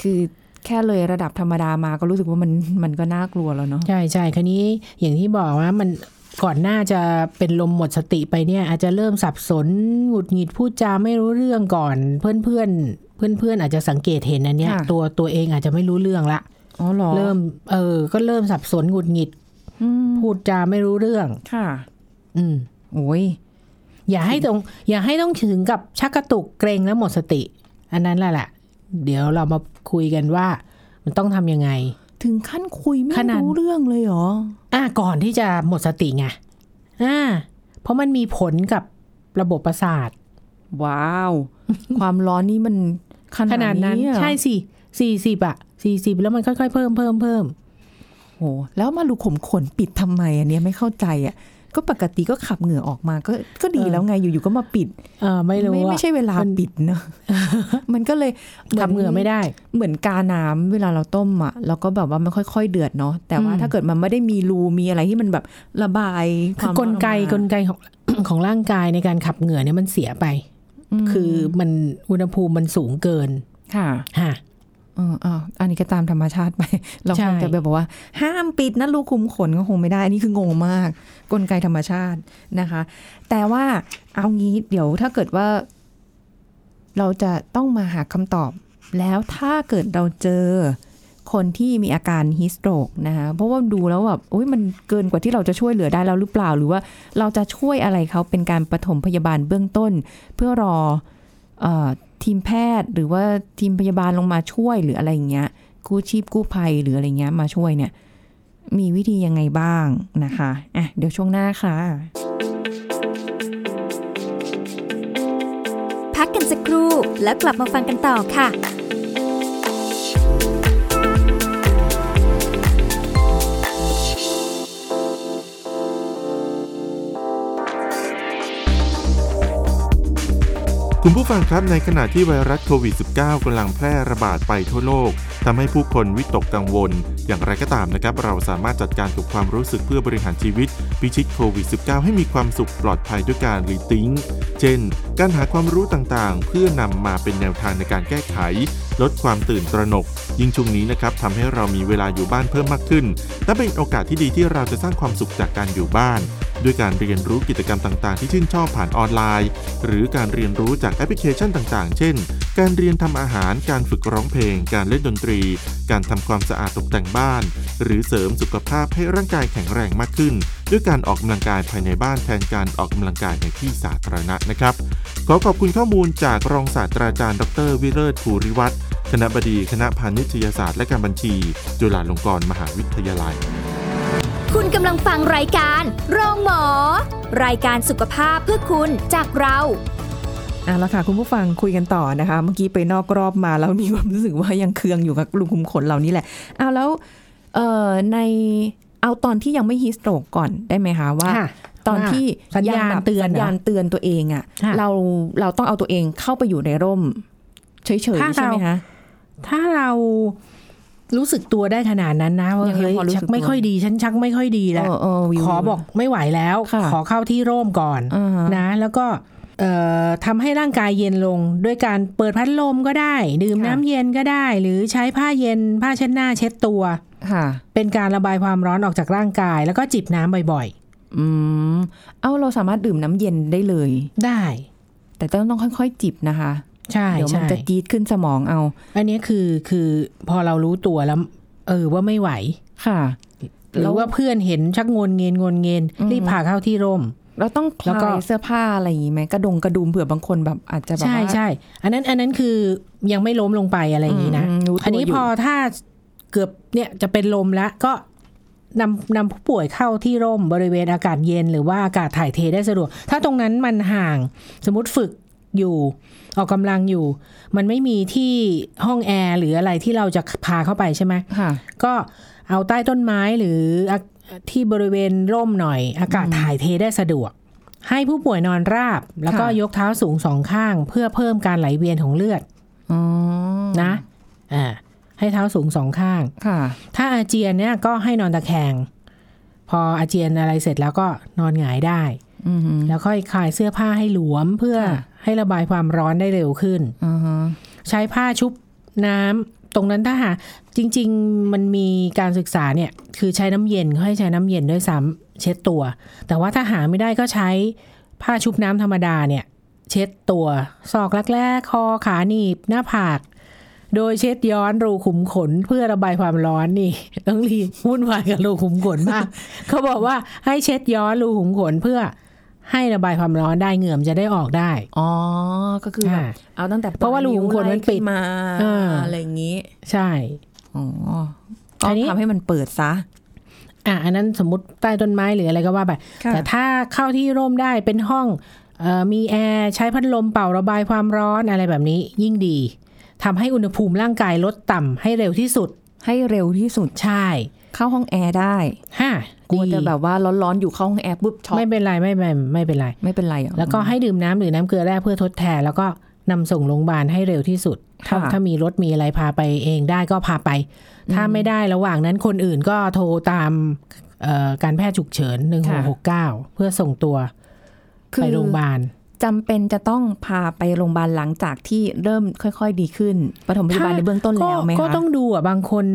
[SPEAKER 2] คือแค่เลยระดับธรรมดามาก็รู้สึกว่ามันมันก็น่ากลัวแล้วเนาะ
[SPEAKER 3] ใช่ใช่คันนี้อย่างที่บอกว่ามันก่อนหน้าจะเป็นลมหมดสติไปเนี่ย อาจจะเริ่มสับสนหงุดหงิดพูดจาไม่รู้เรื่องก่อน เพื่อนเพื่อนเพื่อนเพื่อนๆอาจจะสังเกตเห็นอันเนี้ย ตัวตัวเองอาจจะไม่รู้เรื่องละ
[SPEAKER 2] อ๋อเหรอ
[SPEAKER 3] เริ่มเออ ก็เริ่มสับสนหงุดหงิด
[SPEAKER 2] อืม
[SPEAKER 3] พูดจาไม่รู้เรื่อง
[SPEAKER 2] ค่ะ
[SPEAKER 3] อืม
[SPEAKER 2] โอ้ย
[SPEAKER 3] อย่าให้ตรง อย่าให้ต้องถึงกับชักกระตุกเกรงแล้วหมดสติ อันนั้นแหละแหละเดี๋ยวเรามาคุยกันว่า มันต้องทำยังไง
[SPEAKER 2] ถึงขั้นคุยไม่
[SPEAKER 3] ขนาด
[SPEAKER 2] รู้เรื่องเลยเหรอ
[SPEAKER 3] อ่ะก่อนที่จะหมดสติไงอ่าเพราะมันมีผลกับระบบประสาท
[SPEAKER 2] ว้าว ความร้อนนี่มันขนาดอะ
[SPEAKER 3] ใช่สิสี่สิบอะสี่สิบแล้วมันค่อยๆเพิ่มเพิ่มเพิ่ม
[SPEAKER 2] โหแล้วมาลูกขมขนปิดทำไมอันเนี้ยไม่เข้าใจอ่ะ ก็ปกติก็ขับเหงื่อออกมาก็ก็ดีแล้วไงอยู่ๆก็มาปิด
[SPEAKER 3] เออไม่รู้อะ
[SPEAKER 2] ไม่ใช่เวลาปิดเนอะ มันก็เลยน
[SPEAKER 3] ขับเหงื่อไม่ได้
[SPEAKER 2] เหมือนกาน้ำเวลาเราต้มอ่ะแล้วก็แบบว่ามันค่อย ๆ เดือดเนาะแต่ว่า
[SPEAKER 3] อืม
[SPEAKER 2] ถ้าเกิดมันไม่ได้มีรูมีอะไรที่มันแบบระบาย
[SPEAKER 3] คื
[SPEAKER 2] วา
[SPEAKER 3] อ
[SPEAKER 2] ม
[SPEAKER 3] กลไกก
[SPEAKER 2] ร้อน
[SPEAKER 3] ลไกของ ของร่างกายในการขับเหงื่อเนี่ยมันเสียไป
[SPEAKER 2] ออกมา
[SPEAKER 3] คือมันอุณหภูมิมันสูงเกิน
[SPEAKER 2] ค่ะ
[SPEAKER 3] ฮะ
[SPEAKER 2] เอออ่ะอันนี้ก็ตามธรรมชาติไป เราค
[SPEAKER 3] ใช่
[SPEAKER 2] งจะไปบอกว่า ห้ามปิดนะรูคุมขนก็คงไม่ได้ อันนี้คืองงมาก กลไกธรรมชาตินะคะ แต่ว่าเอางี้เดี๋ยวถ้าเกิดว่า เราจะต้องมาหาคำตอบ แล้วถ้าเกิดเราเจอคนที่มีอาการฮิสโตรกนะคะเพราะว่าดูแล้วแบบโอ้ยมันเกินกว่าที่เราจะช่วยเหลือได้แล้วหรือเปล่า หรือว่าเราจะช่วยอะไรเขาเป็นการปฐมพยาบาลเบื้องต้น เพื่อรอเออทีมแพทย์หรือว่าทีมพยาบาลลงมาช่วยหรืออะไรอย่างเงี้ยกู้ชีพกู้ภัยหรืออะไรเงี้ยมาช่วยเนี่ย มีวิธียังไงบ้างนะคะอ่ะเดี๋ยวช่วงหน้าค่ะ
[SPEAKER 1] พักกันสักครู่แล้วกลับมาฟังกันต่อค่ะ
[SPEAKER 4] คุณผู้ฟังครับในขณะที่ไวรัสโควิด -19 กำลังแพร่ระบาดไปทั่วโลกทำให้ผู้คนวิตกกังวล อย่างไรก็ตามนะครับ เราสามารถจัดการกับความรู้สึกเพื่อบริหารชีวิต พิชิตโควิด -19 ให้มีความสุขปลอดภัยด้วยการรีทิงเช่น การหาความรู้ต่างๆ เพื่อนำมาเป็นแนวทางในการแก้ไข ลดความตื่นตระหนก ยิ่งช่วงนี้นะครับทำให้เรามีเวลาอยู่บ้านเพิ่มมากขึ้น และเป็นโอกาสที่ดีที่เราจะสร้างความสุขจากการอยู่บ้าน ด้วยการเรียนรู้กิจกรรมต่างๆ ที่ชื่นชอบผ่านออนไลน์ หรือการเรียนรู้จากแอปพลิเคชันต่างๆ เช่น การเรียนทำอาหาร การฝึกร้องเพลง การเล่นดนตรี การทำความสะอาดตกแต่งบ้าน หรือเสริมสุขภาพให้ร่างกายแข็งแรงมากขึ้น ด้วยการออกกำลังกายภายในบ้านแทนการออกกำลังกายในที่สาธารณะนะครับ ขอขอบคุณข้อมูลจากรองศาสตราจารย์ดรวิเลิศภูริวัฒน์คณบดีคณะพาณิชยศาสตร์และการบัญชี จุฬาลงกรณ์มหาวิทยาลัย
[SPEAKER 1] คุณกำลังฟังรายการ โรงหมอ รายการสุขภาพเพื่อคุณจากเรา
[SPEAKER 2] อ่ะแล้วค่ะ คุณผู้ฟังคุยกันต่อนะคะ เมื่อกี้ไปนอกรอบมาแล้วมีความรู้สึกว่ายังเคืองอยู่กับกลุ่มคุมขนเหล่านี้แหละเอาแล้วเอ่อในเอาตอนที่ยังไม่ฮีสโตรกก่อนได้ไหมคะว่า
[SPEAKER 3] ค่ะ
[SPEAKER 2] ตอนที่
[SPEAKER 3] ว่าสัญญาณ
[SPEAKER 2] งแบบ
[SPEAKER 3] เตือน
[SPEAKER 2] สัญญาณเตือนตัวเองอะ
[SPEAKER 3] ค่ะ
[SPEAKER 2] ่ะเราเราต้องเอาตัวเองเข้าไปอยู่ในร่ม เฉย
[SPEAKER 3] ถ้า
[SPEAKER 2] ๆใช่ไหม
[SPEAKER 3] เรา
[SPEAKER 2] คะ
[SPEAKER 3] ถ้าเรารู้สึกตัวได้ขนาดนั้นนะว่า
[SPEAKER 2] ยังไง
[SPEAKER 3] เฮ้ย
[SPEAKER 2] พอรู้สึ
[SPEAKER 3] ชั
[SPEAKER 2] ก
[SPEAKER 3] ก
[SPEAKER 2] ตัว
[SPEAKER 3] ไม่ค่อยดี ฉันชักไม่ค่อยดีแล้ว
[SPEAKER 2] เออเออวิว
[SPEAKER 3] ขอบอกไม่ไหวแล้ว
[SPEAKER 2] ค่ะ
[SPEAKER 3] ขอเข้าที่ร่มก่อน
[SPEAKER 2] อ่าฮะ
[SPEAKER 3] นะ แล้วก็เอ่อทำให้ร่างกายเย็นลง ด้วยการเปิดพัดลมก็ได้ ดื่มน้ำเย็นก็ได้ หรือใช้ผ้าเย็น ผ้าเช็ดหน้าเช็ดตัว
[SPEAKER 2] ค่ะ
[SPEAKER 3] เป็นการระบายความร้อนออกจากร่างกาย แล้วก็จิบน้ำบ่อย
[SPEAKER 2] อืมเอาเราสามารถดื่มน้ำเย็นได้เลย
[SPEAKER 3] ๆ ได้
[SPEAKER 2] แต่ต้องต้องค่อยๆ จิบนะคะ
[SPEAKER 3] ใช่
[SPEAKER 2] เดี๋ยวมั
[SPEAKER 3] ใช่
[SPEAKER 2] จะจี๊ดขึ้นสมองเอา
[SPEAKER 3] อันนี้คือคือพอเรารู้ตัวแล้ว เออว่าไม่ไหว
[SPEAKER 2] ค่ะ
[SPEAKER 3] หรือว่าเพื่อนเห็นชักงนเงินงนเงิน
[SPEAKER 2] อืม
[SPEAKER 3] รีบพาเข้าที่ร่ม
[SPEAKER 2] เราต้องค
[SPEAKER 3] แล้ว
[SPEAKER 2] ลา
[SPEAKER 3] ก็
[SPEAKER 2] ยเสื้อผ้าอะไรอย่างงี้ไหมกระดงกระดุมเผื่อบางคนแบบอาจจะแบบ
[SPEAKER 3] ใช่
[SPEAKER 2] ว่า
[SPEAKER 3] ใช่ อันนั้นอันนั้นคือยังไม่ล้มลงไปอะไรอย่างนี้นะ
[SPEAKER 2] มรู้ตัว
[SPEAKER 3] อันนี้
[SPEAKER 2] ยู่
[SPEAKER 3] พอถ้าเกือบเนี่ยจะเป็นลมแล้วก็นำนำผู้ป่วยเข้าที่ร่มบริเวณอากาศเย็น หรือว่าอากาศถ่ายเทได้สะดวก ถ้าตรงนั้นมันห่างสมมติฝึกอยู่ ออกกำลังอยู่ มันไม่มีที่ห้องแอร์หรืออะไรที่เราจะพาเข้าไปใช่ไหม
[SPEAKER 2] ค่ะ
[SPEAKER 3] ก็เอาใต้ต้นไม้หรืออ่ะที่บริเวณร่มหน่อย อากาศถ่ายเทได้สะดวก ให้ผู้ป่วยนอนราบ แล้วก็
[SPEAKER 2] ค่ะ
[SPEAKER 3] ยกเท้าสูงสองข้าง เพื่อเพิ่มการไหลเวียนของเลือด
[SPEAKER 2] อ๋อ
[SPEAKER 3] นะอ่าให้เท้าสูงสองข้าง
[SPEAKER 2] ค่ะ
[SPEAKER 3] ถ้าอาเจียนเนี่ยก็ให้นอนตะแคง พออาเจียนอะไรเสร็จแล้วก็นอนหงายได้
[SPEAKER 2] อือฮึ
[SPEAKER 3] แล้วค่อยคลายเสื้อผ้าให้หลวมเพื่อ
[SPEAKER 2] ค่ะ
[SPEAKER 3] ให้ระบายความร้อนได้เร็วขึ้น
[SPEAKER 2] อ่าฮะ
[SPEAKER 3] ใช้ผ้าชุบน้ำตรงนั้นถ้าหากจริง ๆ มันมีการศึกษาเนี่ย คือใช้น้ำเย็นเขาให้ใช้น้ำเย็นด้วยซ้ำเช็ดตัว แต่ว่าถ้าหาไม่ได้ก็ใช้ผ้าชุบน้ำธรรมดาเนี่ย เช็ดตัวซอกรักแร้คอขาหนีบหน้าผาก โดยเช็ดย้อนรูขุมขนเพื่อระบายความร้อนนี่ ต้องรีบวุ่นวายกับรูขุมขนมาก เขาบอกว่าให้เช็ดย้อนรูขุมขนเพื่อให้ระบายความร้อนได้เหงื่อมนจะได้ออกได้
[SPEAKER 2] อ๋อก็คือแบบ
[SPEAKER 3] อ่า
[SPEAKER 2] เอาตั้งแต่
[SPEAKER 3] เพราะว่ารูขุมขนมันปิด
[SPEAKER 2] ไล่ขึ้มา
[SPEAKER 3] อ่า
[SPEAKER 2] อะไรอย่างงี้
[SPEAKER 3] ใช่
[SPEAKER 2] อ๋อ
[SPEAKER 3] อั
[SPEAKER 2] ก็
[SPEAKER 3] นนี้
[SPEAKER 2] ทำให้มันเปิดซะ
[SPEAKER 3] อ่ะอันนั้นสมมติใต้ต้นไม้หรืออะไรก็ว่าไป
[SPEAKER 2] ค่ะ
[SPEAKER 3] แต่ถ้าเข้าที่ร่มได้เป็นห้องเออมีแอร์ใช้พัดลมเป่าระบายความร้อนอะไรแบบนี้ยิ่งดีทำให้อุณหภูมิร่างกายลดต่ำให้เร็วที่สุด
[SPEAKER 2] ให้เร็วที่สุด
[SPEAKER 3] ใช่
[SPEAKER 2] เข้าห้องแอร์ได้
[SPEAKER 3] ฮะ
[SPEAKER 2] กลัว
[SPEAKER 3] ดี
[SPEAKER 2] จะแบบว่าร้อนๆอยู่เข้าห้องแอร์ปุ๊บช็อก
[SPEAKER 3] ไม่เป็นไรไม่เป็นไม่เป็นไร
[SPEAKER 2] ไม่เป็นไรเหรอ
[SPEAKER 3] แล้วก็ให้ดื่มน้ำหรือน้ำเกลือแร่เพื่อทดแทน แล้วก็นำส่งโรงพยาบาลให้เร็วที่สุด ถ้า
[SPEAKER 2] ค่ะ
[SPEAKER 3] ถ้ามีรถมีอะไรพาไปเองได้ก็พาไป ถ้าไม่ได้ระหว่างนั้นคนอื่นก็โทรตามเอ่อการแพทย์ฉุกเฉิน1669 เพื่อส่งตัว
[SPEAKER 2] คือ
[SPEAKER 3] ไปโรงพยาบาล
[SPEAKER 2] จำเป็นจะต้องพาไปโรงพยาบาลหลังจากที่เริ่มค่อย ๆ ดีขึ้นปฐมพยาบาลในเบื้องต้นแล้วไหม
[SPEAKER 3] ก็
[SPEAKER 2] คะ
[SPEAKER 3] ก็ต้องดูอ่ะบางคน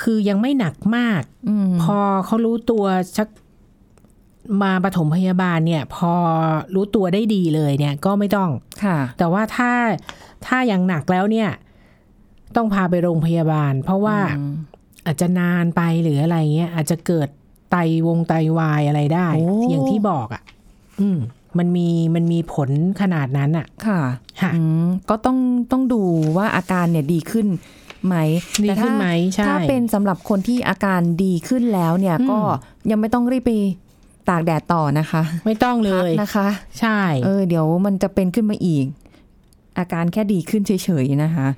[SPEAKER 3] คือยังไม่หนักมาก
[SPEAKER 2] อืม
[SPEAKER 3] พอเขารู้ตัวชักมาปฐมพยาบาลเนี่ย พอรู้ตัวได้ดีเลยเนี่ย ก็ไม่ต้อง
[SPEAKER 2] ค่ะ
[SPEAKER 3] แต่ว่าถ้าถ้ายังหนักแล้วเนี่ย ต้องพาไปโรงพยาบาล เพราะว่า
[SPEAKER 2] อืม
[SPEAKER 3] อาจจะนานไปหรืออะไรเงี้ยอาจจะเกิดไตวงไตวายอะไรได้
[SPEAKER 2] โอ้
[SPEAKER 3] อย่างที่บอกอ่ะ อืม มันมีมันมีผลขนาดนั้นอ่ะ
[SPEAKER 2] ค่ะ
[SPEAKER 3] ค่ะ
[SPEAKER 2] อืมก็ต้องต้องดูว่าอาการเนี่ยดีขึ้นไหม
[SPEAKER 3] ดี
[SPEAKER 2] แต่ถ้า
[SPEAKER 3] ขึ้นไหมใช่
[SPEAKER 2] ถ้าเป็นสำหรับคนที่อาการดีขึ้นแล้วเนี่ย
[SPEAKER 3] อืม
[SPEAKER 2] ก็ยังไม่ต้องรีบไปตากแดดต่อนะคะ
[SPEAKER 3] ไม่ต้องเลย
[SPEAKER 2] พักนะคะ
[SPEAKER 3] ใช่
[SPEAKER 2] เออเดี๋ยวมันจะเป็นขึ้นมาอีก อาการแค่ดีขึ้นเฉยๆนะคะ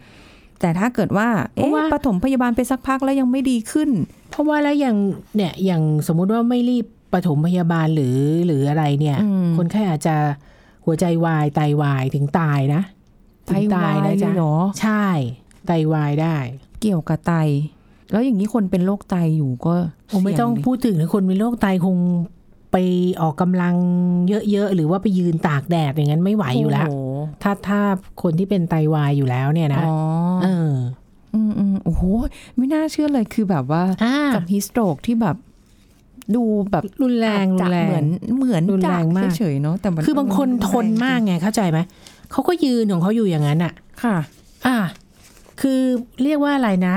[SPEAKER 2] แต่ถ้าเกิดว่า
[SPEAKER 3] เพราะ
[SPEAKER 2] เอ๊ะ
[SPEAKER 3] ว่า
[SPEAKER 2] ปฐมพยาบาลไปสักพักแล้วยังไม่ดีขึ้น
[SPEAKER 3] เพราะว่าแล้วอย่างเนี่ยอย่างสมมุติว่าไม่รีบปฐมพยาบาลหรือหรืออะไรเนี่ย
[SPEAKER 2] อืม
[SPEAKER 3] คนไข้อาจจะหัวใจวายไตวายถึงตายนะถึงตายนะ
[SPEAKER 2] เล
[SPEAKER 3] จ๊ะ
[SPEAKER 2] ยเหรอ
[SPEAKER 3] ใช่ไตวายได้
[SPEAKER 2] เกี่ยวกับไต แล้วอย่างนี้คนเป็นโรคไตอยู่ก็
[SPEAKER 3] โอ้ไม่ต้อง
[SPEAKER 2] เสี่ยดิ
[SPEAKER 3] พูดถึงนะคนเป็นโรคไตคงไปออกกำลังเยอะๆ หรือว่าไปยืนตากแดดอย่างนั้นไม่ไหวอยู่แล้ว
[SPEAKER 2] โโห
[SPEAKER 3] ถ้าถ้าคนที่เป็นไตวายอยู่แล้วเนี่ยนะ
[SPEAKER 2] อ๋อ
[SPEAKER 3] เออ
[SPEAKER 2] อืมอืมโอ้โหไม่น่าเชื่อเลยคือแบบว่า
[SPEAKER 3] อ่า
[SPEAKER 2] กับฮีสโตรกที่แบบ ดูแบบ
[SPEAKER 3] รุนแรงรุ
[SPEAKER 2] อาจ
[SPEAKER 3] นแร
[SPEAKER 2] จะเหมื
[SPEAKER 3] ง
[SPEAKER 2] อนเหมือน
[SPEAKER 3] รุน
[SPEAKER 2] จะ
[SPEAKER 3] แรงมาก
[SPEAKER 2] เฉยๆเนาะแต่มัน
[SPEAKER 3] คือบางคนทนมากไงเข้าใจไหมเขาก็ยืนของเขาอยู่อย่างนั้นอ่ะ
[SPEAKER 2] ค่ะ
[SPEAKER 3] อ่า คือเรียกว่าอะไรนะ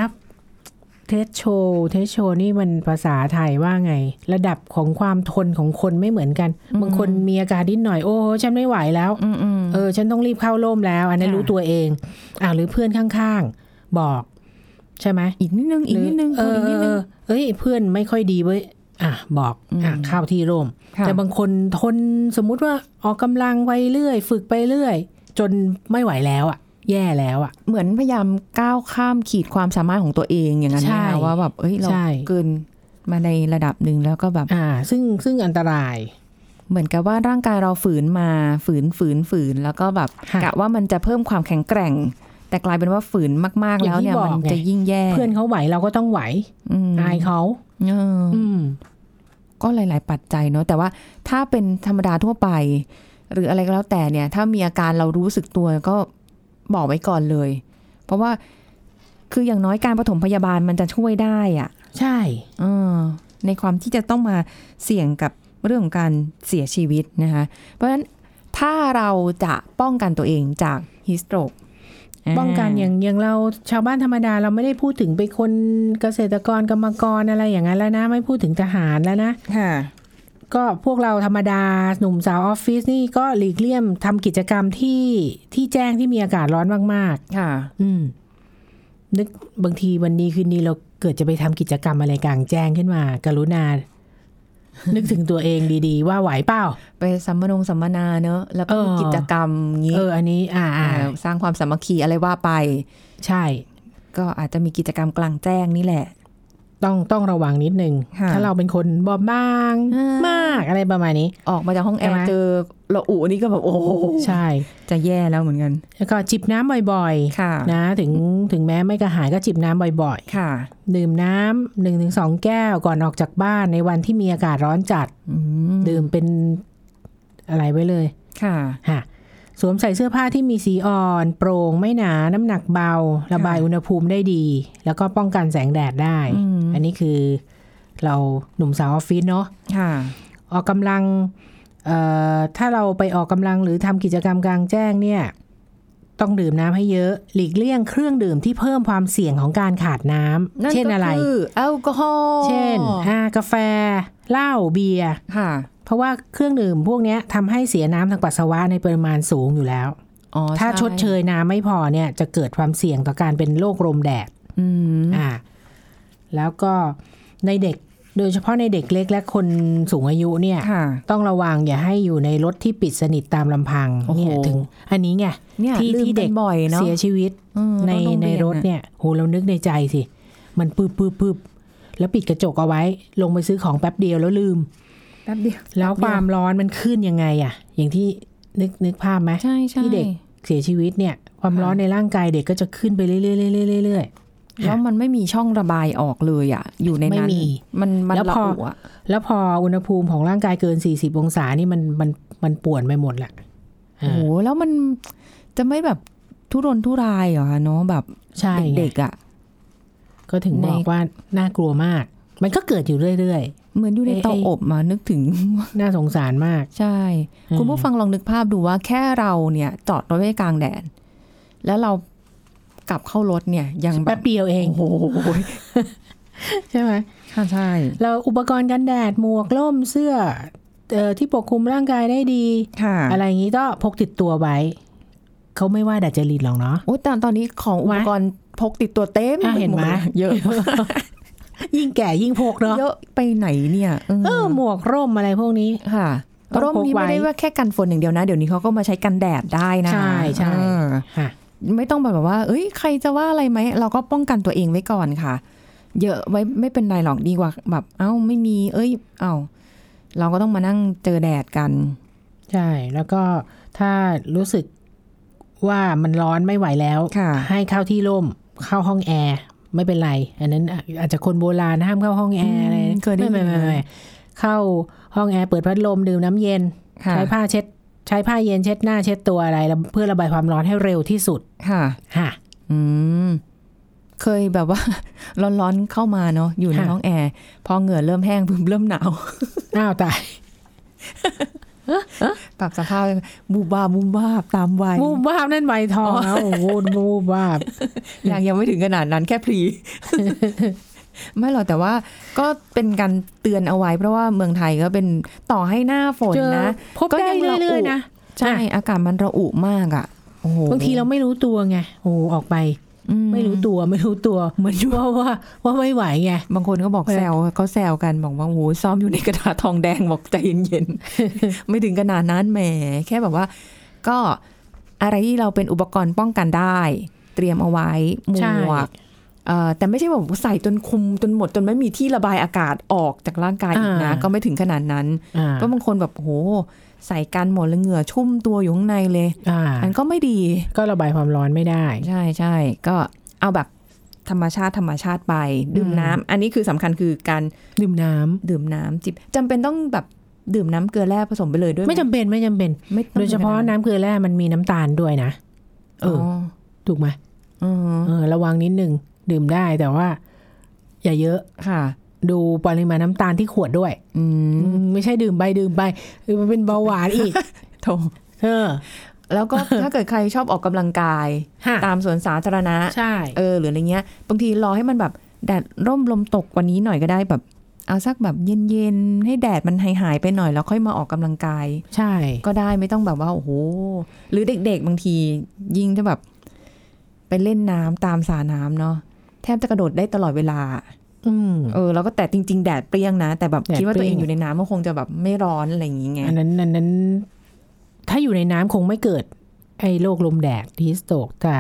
[SPEAKER 3] เทสโช เทสโชนี่มันภาษาไทยว่าไง ระดับของความทนของคนไม่เหมือนกัน
[SPEAKER 2] อืม
[SPEAKER 3] บางคนมีอาการนิดหน่อย โอ้ฉันไม่ไหวแล้ว
[SPEAKER 2] อืมอืม
[SPEAKER 3] เออ ฉันต้องรีบเข้าร่มแล้ว อันนั้น
[SPEAKER 2] ค่ะ
[SPEAKER 3] รู้ตัวเอง อ่าหรือเพื่อนข้างๆ บอก ใช่ไหม
[SPEAKER 2] อีกนิดนึงอีกนิดนึงข
[SPEAKER 3] เอ
[SPEAKER 2] อ
[SPEAKER 3] อ
[SPEAKER 2] อีกนิดนึง
[SPEAKER 3] เออเอ้ย เพื่อนไม่ค่อยดีเว้ย อ่ะบอกอ่ะ
[SPEAKER 2] อืม
[SPEAKER 3] เข้าที่ร่ม
[SPEAKER 2] ค่ะ
[SPEAKER 3] แต่บางคนทนสมมุติว่าออกกำลังไปเรื่อย ฝึกไปเรื่อย จนไม่ไหวแล้วอ่ะ แย่แล้วอ่ะ
[SPEAKER 2] เหมือนพยายามก้าวข้ามขีดความสามารถของตัวเองอย่างนั้นไหม
[SPEAKER 3] ใช่
[SPEAKER 2] คะว่าแบบเอ้ยเรา
[SPEAKER 3] ใช่
[SPEAKER 2] เกินมาในระดับหนึ่งแล้วก็แบบ
[SPEAKER 3] อ่า ซึ่งซึ่งอันตราย
[SPEAKER 2] เหมือนกับว่าร่างกายเราฝืนมาฝืนฝืนฝืนแล้วก็แบบ
[SPEAKER 3] ค่ะ
[SPEAKER 2] กะว่ามันจะเพิ่มความแข็งแกร่ง แต่กลายเป็นว่าฝืนมาก ๆ แล้วเนี่ยมันจะยิ่งแย่
[SPEAKER 3] เพื่อนเขาไหวเราก็ต้องไหว
[SPEAKER 2] ม
[SPEAKER 3] อายเขา
[SPEAKER 2] เออ
[SPEAKER 3] อืม
[SPEAKER 2] ก็หลาย ๆ ปัจจัยเนาะแต่ว่าถ้าเป็นธรรมดาทั่วไป หรืออะไรก็แล้วแต่เนี่ย ถ้ามีอาการเรารู้สึกตัวก็บอกไว้ก่อนเลย เพราะว่าคืออย่างน้อยการปฐมพยาบาลมันจะช่วยได้อะ
[SPEAKER 3] ใช่
[SPEAKER 2] เออในความที่จะต้องมาเสี่ยงกับเรื่องของการเสียชีวิตนะคะ เพราะฉะนั้นถ้าเราจะป้องกันตัวเองจากฮิสโตรก
[SPEAKER 3] ป้องกันอย่างอย่างเราชาวบ้านธรรมดาเราไม่ได้พูดถึงไปคนเกษตรกรกรรมกรอะไรอย่างนั้นแล้วนะ ไม่พูดถึงทหารแล้วนะ
[SPEAKER 2] ค่ะ
[SPEAKER 3] ก็พวกเราธรรมดาหนุ่มสาวออฟฟิศนี่ก็หลีกเลี่ยงทำกิจกรรมที่ที่แจ้งที่มีอากาศร้อนมาก
[SPEAKER 2] ค่ะ
[SPEAKER 3] ๆ อืม นึกบางทีวันนี้คืนนี้เราเกิดจะไปทำกิจกรรมอะไรกลางแจ้งขึ้นมา กรุณา นึกถึงตัวเองดีๆ ว่าไหวเปล่า
[SPEAKER 2] ไปสัมมนงสัมมนาเนอะแล้วก็มี
[SPEAKER 3] เออ
[SPEAKER 2] กิจกรรมงี้
[SPEAKER 3] เออ อันนี้ อ่าอ่า
[SPEAKER 2] อ่าสร้างความสามัคคีอะไรว่าไป
[SPEAKER 3] ใช่
[SPEAKER 2] ก็อาจจะมีกิจกรรมกลางแจ้งนี่แหละ
[SPEAKER 3] ต้องต้องระวังนิดนึง
[SPEAKER 2] ค่ะ
[SPEAKER 3] ถ้าเราเป็นคนบอบบาง
[SPEAKER 2] อ่าม
[SPEAKER 3] มากอะไรประมาณนี้
[SPEAKER 2] ออกมาจากห้องแอ
[SPEAKER 3] ใช่
[SPEAKER 2] ร์
[SPEAKER 3] ไหม
[SPEAKER 2] เจอละอุนี่ก็แบบโอ้โห
[SPEAKER 3] ใช่
[SPEAKER 2] จะแย่แล้วเหมือนกัน
[SPEAKER 3] แล้วก็จิบน้ำบ่อย
[SPEAKER 2] ค่ะ
[SPEAKER 3] ๆ นะ ถึงถึงแม้ไม่กระหายก็จิบน้ำบ่อย
[SPEAKER 2] ค่ะ
[SPEAKER 3] ๆ ดื่มน้ำหนึ่งถึงสองแก้วก่อนออกจากบ้านในวันที่มีอากาศร้อนจัด
[SPEAKER 2] อืม
[SPEAKER 3] ดื่มเป็นอะไรไว้เลย
[SPEAKER 2] ค่ะ
[SPEAKER 3] ฮะสวมใส่เสื้อผ้าที่มีสีอ่อน โปร่งไม่หนา น้ำหนักเบา ระบายอุณหภูมิได้ดี แล้วก็ป้องกันแสงแดดได้
[SPEAKER 2] อืม
[SPEAKER 3] อันนี้คือเราหนุ่มสาวออฟฟิศเนาะ
[SPEAKER 2] ค่ะ
[SPEAKER 3] ออกกำลังเอ่อถ้าเราไปออกกำลังหรือทำกิจกรรมกลางแจ้งเนี่ย ต้องดื่มน้ำให้เยอะ หลีกเลี่ยงเครื่องดื่มที่เพิ่มความเสี่ยงของการขาดน้ำเช่นอะไร
[SPEAKER 2] ก็คือแอลกอฮอล์
[SPEAKER 3] เช่นอ่ากาแฟเหล้าเบียร์
[SPEAKER 2] ค่ะ
[SPEAKER 3] เพราะว่าเครื่องดื่มพวกเนี้ยทำให้เสียน้ำทางปัสสาวะในปริมาณสูงอยู่แล้ว
[SPEAKER 2] อ๋อ
[SPEAKER 3] ถ้า
[SPEAKER 2] ใ
[SPEAKER 3] ชดเชยน้ำไม่พอเนี่ยจะเกิดความเสี่ยงต่อการเป็นโรคลมแดด
[SPEAKER 2] อืม
[SPEAKER 3] อ่าแล้วก็ในเด็กโดยเฉพาะในเด็กเล็กและคนสูงอายุเนี่ย
[SPEAKER 2] ค่ะ
[SPEAKER 3] ต้องระวังอย่าให้อยู่ในรถที่ปิดสนิทตามลำพัง
[SPEAKER 2] โอ้โห
[SPEAKER 3] เนี่ยถึง อันนี้ไง
[SPEAKER 2] เนี่ย
[SPEAKER 3] ที่
[SPEAKER 2] ลืม
[SPEAKER 3] ที่เด็
[SPEAKER 2] กั
[SPEAKER 3] ก
[SPEAKER 2] นบ่อยเนาะ
[SPEAKER 3] เสียชีวิต
[SPEAKER 2] เออ
[SPEAKER 3] ใน
[SPEAKER 2] ตอโง
[SPEAKER 3] ใน
[SPEAKER 2] เย
[SPEAKER 3] รถ
[SPEAKER 2] อะ
[SPEAKER 3] เนี่ยโหเรานึกในใจสิ มันปืบปืบปืบแล้วปิดกระจกเอาไว้ ลงไปซื้อของแป๊บเดียวแล้วลืม
[SPEAKER 2] แป๊บเดียว
[SPEAKER 3] แล้วความร้อนมันขึ้นยังไงอะอย่างที่นึกนึกภาพไหม
[SPEAKER 2] ใช่ใช่
[SPEAKER 3] ที่เด็ก เสียชีวิตเนี่ย ความ
[SPEAKER 2] ค่ะ
[SPEAKER 3] ร้อนในร่างกายเด็กก็จะขึ้นไปเรื่อยๆเรื่อยๆเรื่อย
[SPEAKER 2] แล้วมันไม่มีช่องระบายออกเลยอ่ะ อยู่ในนั้น
[SPEAKER 3] ไม่มี
[SPEAKER 2] มันมัน
[SPEAKER 3] แล้ว
[SPEAKER 2] ระ
[SPEAKER 3] พอ
[SPEAKER 2] อุอ่ะ
[SPEAKER 3] ๆแล้วพออุณหภูมิของร่างกายเกิน 40 องศานี่มันมันมันป่วนไปหมดแหละ
[SPEAKER 2] โอ้โหแล้วมันจะไม่แบบทุรนทุรายเหรอคะเนาะแบบ
[SPEAKER 3] ใช่ไง
[SPEAKER 2] เด็กๆอ่ะ
[SPEAKER 3] ก็ถึง
[SPEAKER 2] ใน
[SPEAKER 3] บอกว่าน่ากลัวมาก มันก็เกิดอยู่เรื่อย
[SPEAKER 2] เหมือนอยู่ใน
[SPEAKER 3] ไอ้
[SPEAKER 2] เตา
[SPEAKER 3] ไอ้
[SPEAKER 2] อบมานึกถึง
[SPEAKER 3] ๆ น่าสงสารมาก
[SPEAKER 2] ใช่
[SPEAKER 3] อืม
[SPEAKER 2] คุณผู้ฟังลองนึกภาพดูว่าแค่เราเนี่ยจอดรถไว้กลางแดดแล้วเรากลับเข้ารถเนี่ยยังแบ
[SPEAKER 3] แป๊
[SPEAKER 2] บบ
[SPEAKER 3] เดียวเอง
[SPEAKER 2] โอ้โห
[SPEAKER 3] ใช่ไหม
[SPEAKER 2] ค่ะใช่
[SPEAKER 3] เราอุปกรณ์กันแดด หมวกล่มเสื้อเอ่อที่ปกคลุมร่างกายได้ดี
[SPEAKER 2] ค่ะ
[SPEAKER 3] อะไรอย่างนี้ก็พกติดตัวไว้ เขาไม่ว่าดัดจริตหรอกเนาะ
[SPEAKER 2] โอ้ตอนตอนนี้ของอุปกรณ์พกติดตัวเต็ม
[SPEAKER 3] อ่ะเห็นไหม
[SPEAKER 2] ดลยเยอะ
[SPEAKER 3] ยิ่งแก่ยิ่งพกเนาะ
[SPEAKER 2] เยอะไปไหนเนี่ยเออ
[SPEAKER 3] เออหมวกร่มอะไรพวกนี้
[SPEAKER 2] ค่ะ
[SPEAKER 3] ต้อง
[SPEAKER 2] ร่มนี้
[SPEAKER 3] พกไว้
[SPEAKER 2] ไม่ได้ว่าแค่กันฝนอย่างเดียวนะ เดี๋ยวนี้เขาก็มาใช้กันแดดได้นะ
[SPEAKER 3] ใช่ใช่
[SPEAKER 2] เออ
[SPEAKER 3] ค่ะ
[SPEAKER 2] ไม่ต้องแบบว่า เอ้ยใครจะว่าอะไรไหมเราก็ป้องกันตัวเองไว้ก่อนค่ะ เยอะไว้ไม่เป็นไรหรอกดีกว่าแบบ เอ้าไม่มี เอ้ย เอ้าเราก็ต้องมานั่งเจอแดดกัน
[SPEAKER 3] ใช่แล้วก็ถ้ารู้สึกว่ามันร้อนไม่ไหวแล้ว
[SPEAKER 2] ค่ะ
[SPEAKER 3] ให้เข้าที่ร่มเข้าห้องแอร์ไม่เป็นไร อันนั้นอาอาจจะคนโบราณห้ามเข้าห้องแอร์
[SPEAKER 2] อืม
[SPEAKER 3] อะไร
[SPEAKER 2] เคยได้
[SPEAKER 3] ไม่
[SPEAKER 2] ยิน
[SPEAKER 3] ไม่ไม่
[SPEAKER 2] มา
[SPEAKER 3] ไม่เข้าห้องแอร์เปิดพัดลมดื่มน้ำเย็น
[SPEAKER 2] ค่ะ
[SPEAKER 3] ใช้ผ้าเช็ด ใช้ผ้าเย็นเช็ดหน้าเช็ดตัวอะไรแล้วเพื่อระบายความร้อนให้เร็วที่สุด
[SPEAKER 2] ค่ะ
[SPEAKER 3] ค่ะ
[SPEAKER 2] อืม เคยแบบว่า ร้อนๆเข้ามาเนาะอยู่ใน
[SPEAKER 3] ค่ะ
[SPEAKER 2] ห้องแอร์พอเหงื่อเริ่มแห้ง ปุ๊บเริ่มหนาว
[SPEAKER 3] อ้าวตาย
[SPEAKER 2] ปรับสภาพบูบบาบบูบบาบตามวัย
[SPEAKER 3] วูบวาบนั่นใบทองแล้วโอ้โหวูบวาบ
[SPEAKER 2] ยังยังไม่ถึงขนาดนั้นแค่พลี ไม่หรอกแต่ว่าก็เป็นการเตือนเอาไว้ เพราะว่าเมืองไทยก็เป็นต่อให้หน้าฝน
[SPEAKER 3] เจอ
[SPEAKER 2] นะ
[SPEAKER 3] พบ
[SPEAKER 2] ก็
[SPEAKER 3] ได้
[SPEAKER 2] ยังระอุ
[SPEAKER 3] เรื่อยๆนะ
[SPEAKER 2] ใช่อากาศมันระอุมากอ่ะโอ้โห
[SPEAKER 3] บางทีเราไม่รู้ตัวไงโอ้โหออกไป
[SPEAKER 2] อื
[SPEAKER 3] ไม่รู้ตัว ไม่รู้ตัวเหมือนว่าว่าว่าไม่ไหวไง
[SPEAKER 2] บางคนก็บอก
[SPEAKER 3] เออ
[SPEAKER 2] แซวเขาแซวกันบอกว่าโอ้โหซ้อมอยู่ในกระดาษทองแดงบอกใจเย็นๆ ไม่ถึงขนาดนั้นแหมแค่แบบว่า ก็อะไรที่เราเป็นอุปกรณ์ป้องกันได้ เตรียมเอาไว้หม
[SPEAKER 3] ใช่
[SPEAKER 2] วกเอ่อแต่ไม่ใช่แบบใส่จนคุมจนหมดจนไม่มีที่ระบายอากาศออกจากร่างกายอีกนะ
[SPEAKER 3] อ่า
[SPEAKER 2] ก็ไม่ถึงขนาดนั้น
[SPEAKER 3] อ่า
[SPEAKER 2] เพราะบางคนแบบโอ้โหใส่กันหมดแล้วเหงื่อชุ่มตัวอยู่ข้างในเลย
[SPEAKER 3] อ่า
[SPEAKER 2] อันก็ไม่ดี
[SPEAKER 3] ก็ระบายความร้อนไม่ได้
[SPEAKER 2] ใช่ใช่ก็เอาแบบธรรมชาติธรรมชาติไป ดื่ม
[SPEAKER 3] อืม
[SPEAKER 2] น้ำอันนี้คือสำคัญคือการ
[SPEAKER 3] ดื่มน้ำ
[SPEAKER 2] ดื่มน้ำจิบจำเป็นต้องแบบดื่มน้ำเกลือแร่ผสมไปเลยด้วยห
[SPEAKER 3] ไม่จำเป็นไม่จำเป็น
[SPEAKER 2] ไม่ต้อง
[SPEAKER 3] โดยเฉพาะ
[SPEAKER 2] ป็
[SPEAKER 3] น้ำเกลือแร่มันมีน้ำตาลด้วยนะเอออ
[SPEAKER 2] อ
[SPEAKER 3] ถูกไหม
[SPEAKER 2] อืม
[SPEAKER 3] เออระวังนิดนึงดื่มได้แต่ว่า อย่าเยอะ
[SPEAKER 2] ค่ะ
[SPEAKER 3] ดูปริมาณน้ำตาลที่ขวดด้วย
[SPEAKER 2] อืม
[SPEAKER 3] อืมไม่ใช่ดื่มไปดื่มไปเออมันเป็นเบาหวานอี ก
[SPEAKER 2] โถ
[SPEAKER 3] เออ
[SPEAKER 2] แล้ว ก็ ถ้าเกิดใครชอบออกกำลังกาย
[SPEAKER 3] ฮะ
[SPEAKER 2] ตามสวนสาธารณะ
[SPEAKER 3] ใช่
[SPEAKER 2] เออหรืออะไรเงี้ย บางทีรอให้มันแบบแดดร่มลมตกกว่านี้หน่อยก็ได้แบบ เอาสักแบบเย็นๆให้แดดมันหายหายๆไปหน่อยแล้วค่อยมาออกกำลังกาย
[SPEAKER 3] ใช่
[SPEAKER 2] ก็ได้ไม่ต้องแบบว่าโอ้โหหรือเด็กๆ บางที ยิ่งจะแบบ ไปเล่นน้ำตามสระน้ำเนาะแทบจะกระโดดได้ตลอดเวลา
[SPEAKER 3] อืม
[SPEAKER 2] เออแล้วก็แต่จริง ๆ แดดเปรี้ยงนะ แต่แบบ
[SPEAKER 3] แดด
[SPEAKER 2] คิดว่าตัวเอง
[SPEAKER 3] เป
[SPEAKER 2] อ
[SPEAKER 3] รี้ยง
[SPEAKER 2] ยู่ในน้ำก็คงจะแบบไม่ร้อนอะไรอย่างเงี้ย
[SPEAKER 3] อันนั้นอันนั้น ถ้าอยู่ในน้ำคงไม่เกิด ไอ้โรคลมแดดทีสโตกแต่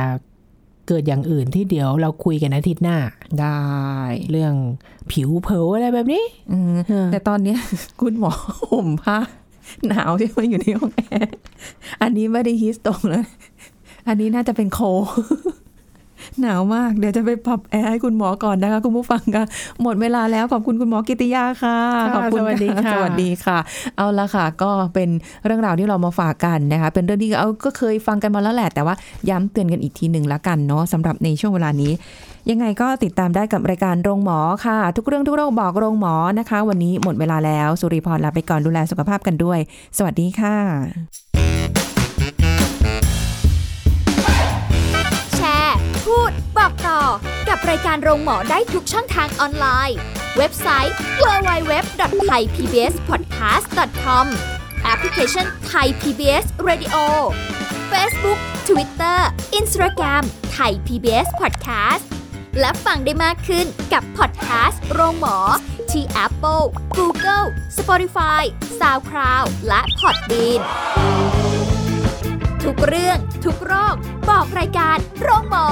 [SPEAKER 3] เกิดอย่างอื่นที่เดี๋ยวเราคุยกันอาทิตย์หน้า
[SPEAKER 2] ได้
[SPEAKER 3] เรื่องผิวเผลออะไรแบบนี้
[SPEAKER 2] อืม
[SPEAKER 3] เออ
[SPEAKER 2] แต่ตอนเนี้ย คุณหมอห่มผ้าหนาวใช่ไหมอยู่ในห้องแอร์อันนี้ไม่ได้ฮิสโตกแล้วอันนี้น่าจะเป็นโคล หนาวมากเดี๋ยวจะไปปรับแอร์ให้คุณหมอก่อนนะคะคุณผู้ฟังค่ะ หมดเวลาแล้วขอบคุณคุณหมอกิติยาค่ะ ขอบคุณ
[SPEAKER 3] สวัสดีค่ะ
[SPEAKER 2] สวัสดีค่ะ เอาละค่ะ ก็เป็นเรื่องราวที่เรามาฝากกันนะคะ เป็นเรื่องที่เอาก็เคยฟังกันมาแล้วแหละ แต่ว่าย้ำเตือนกันอีกทีหนึ่งละกันเนาะสำหรับในช่วงเวลานี้ ยังไงก็ติดตามได้กับรายการโรงหมอค่ะ ทุกเรื่องทุกโรคบอกโรงหมอนะคะ วันนี้หมดเวลาแล้วสุริพรลาไปก่อนดูแลสุขภาพกันด้วย สวัสดีค่ะ
[SPEAKER 1] แชร์ พูด บอกต่อ กับรายการโรงหมอได้ทุกช่องทางออนไลน์ เว็บไซต์ www.thaipbspodcast.com แอปพลิเคชัน Thai PBS Radio Facebook Twitter Instagram Thai PBS Podcast และฟังได้มากขึ้นกับพอดแคสต์โรงหมอ ที่ Apple, Google, Spotify, SoundCloud และ Podbean ทุกเรื่องทุกโรค บอกรายการโรงหมอ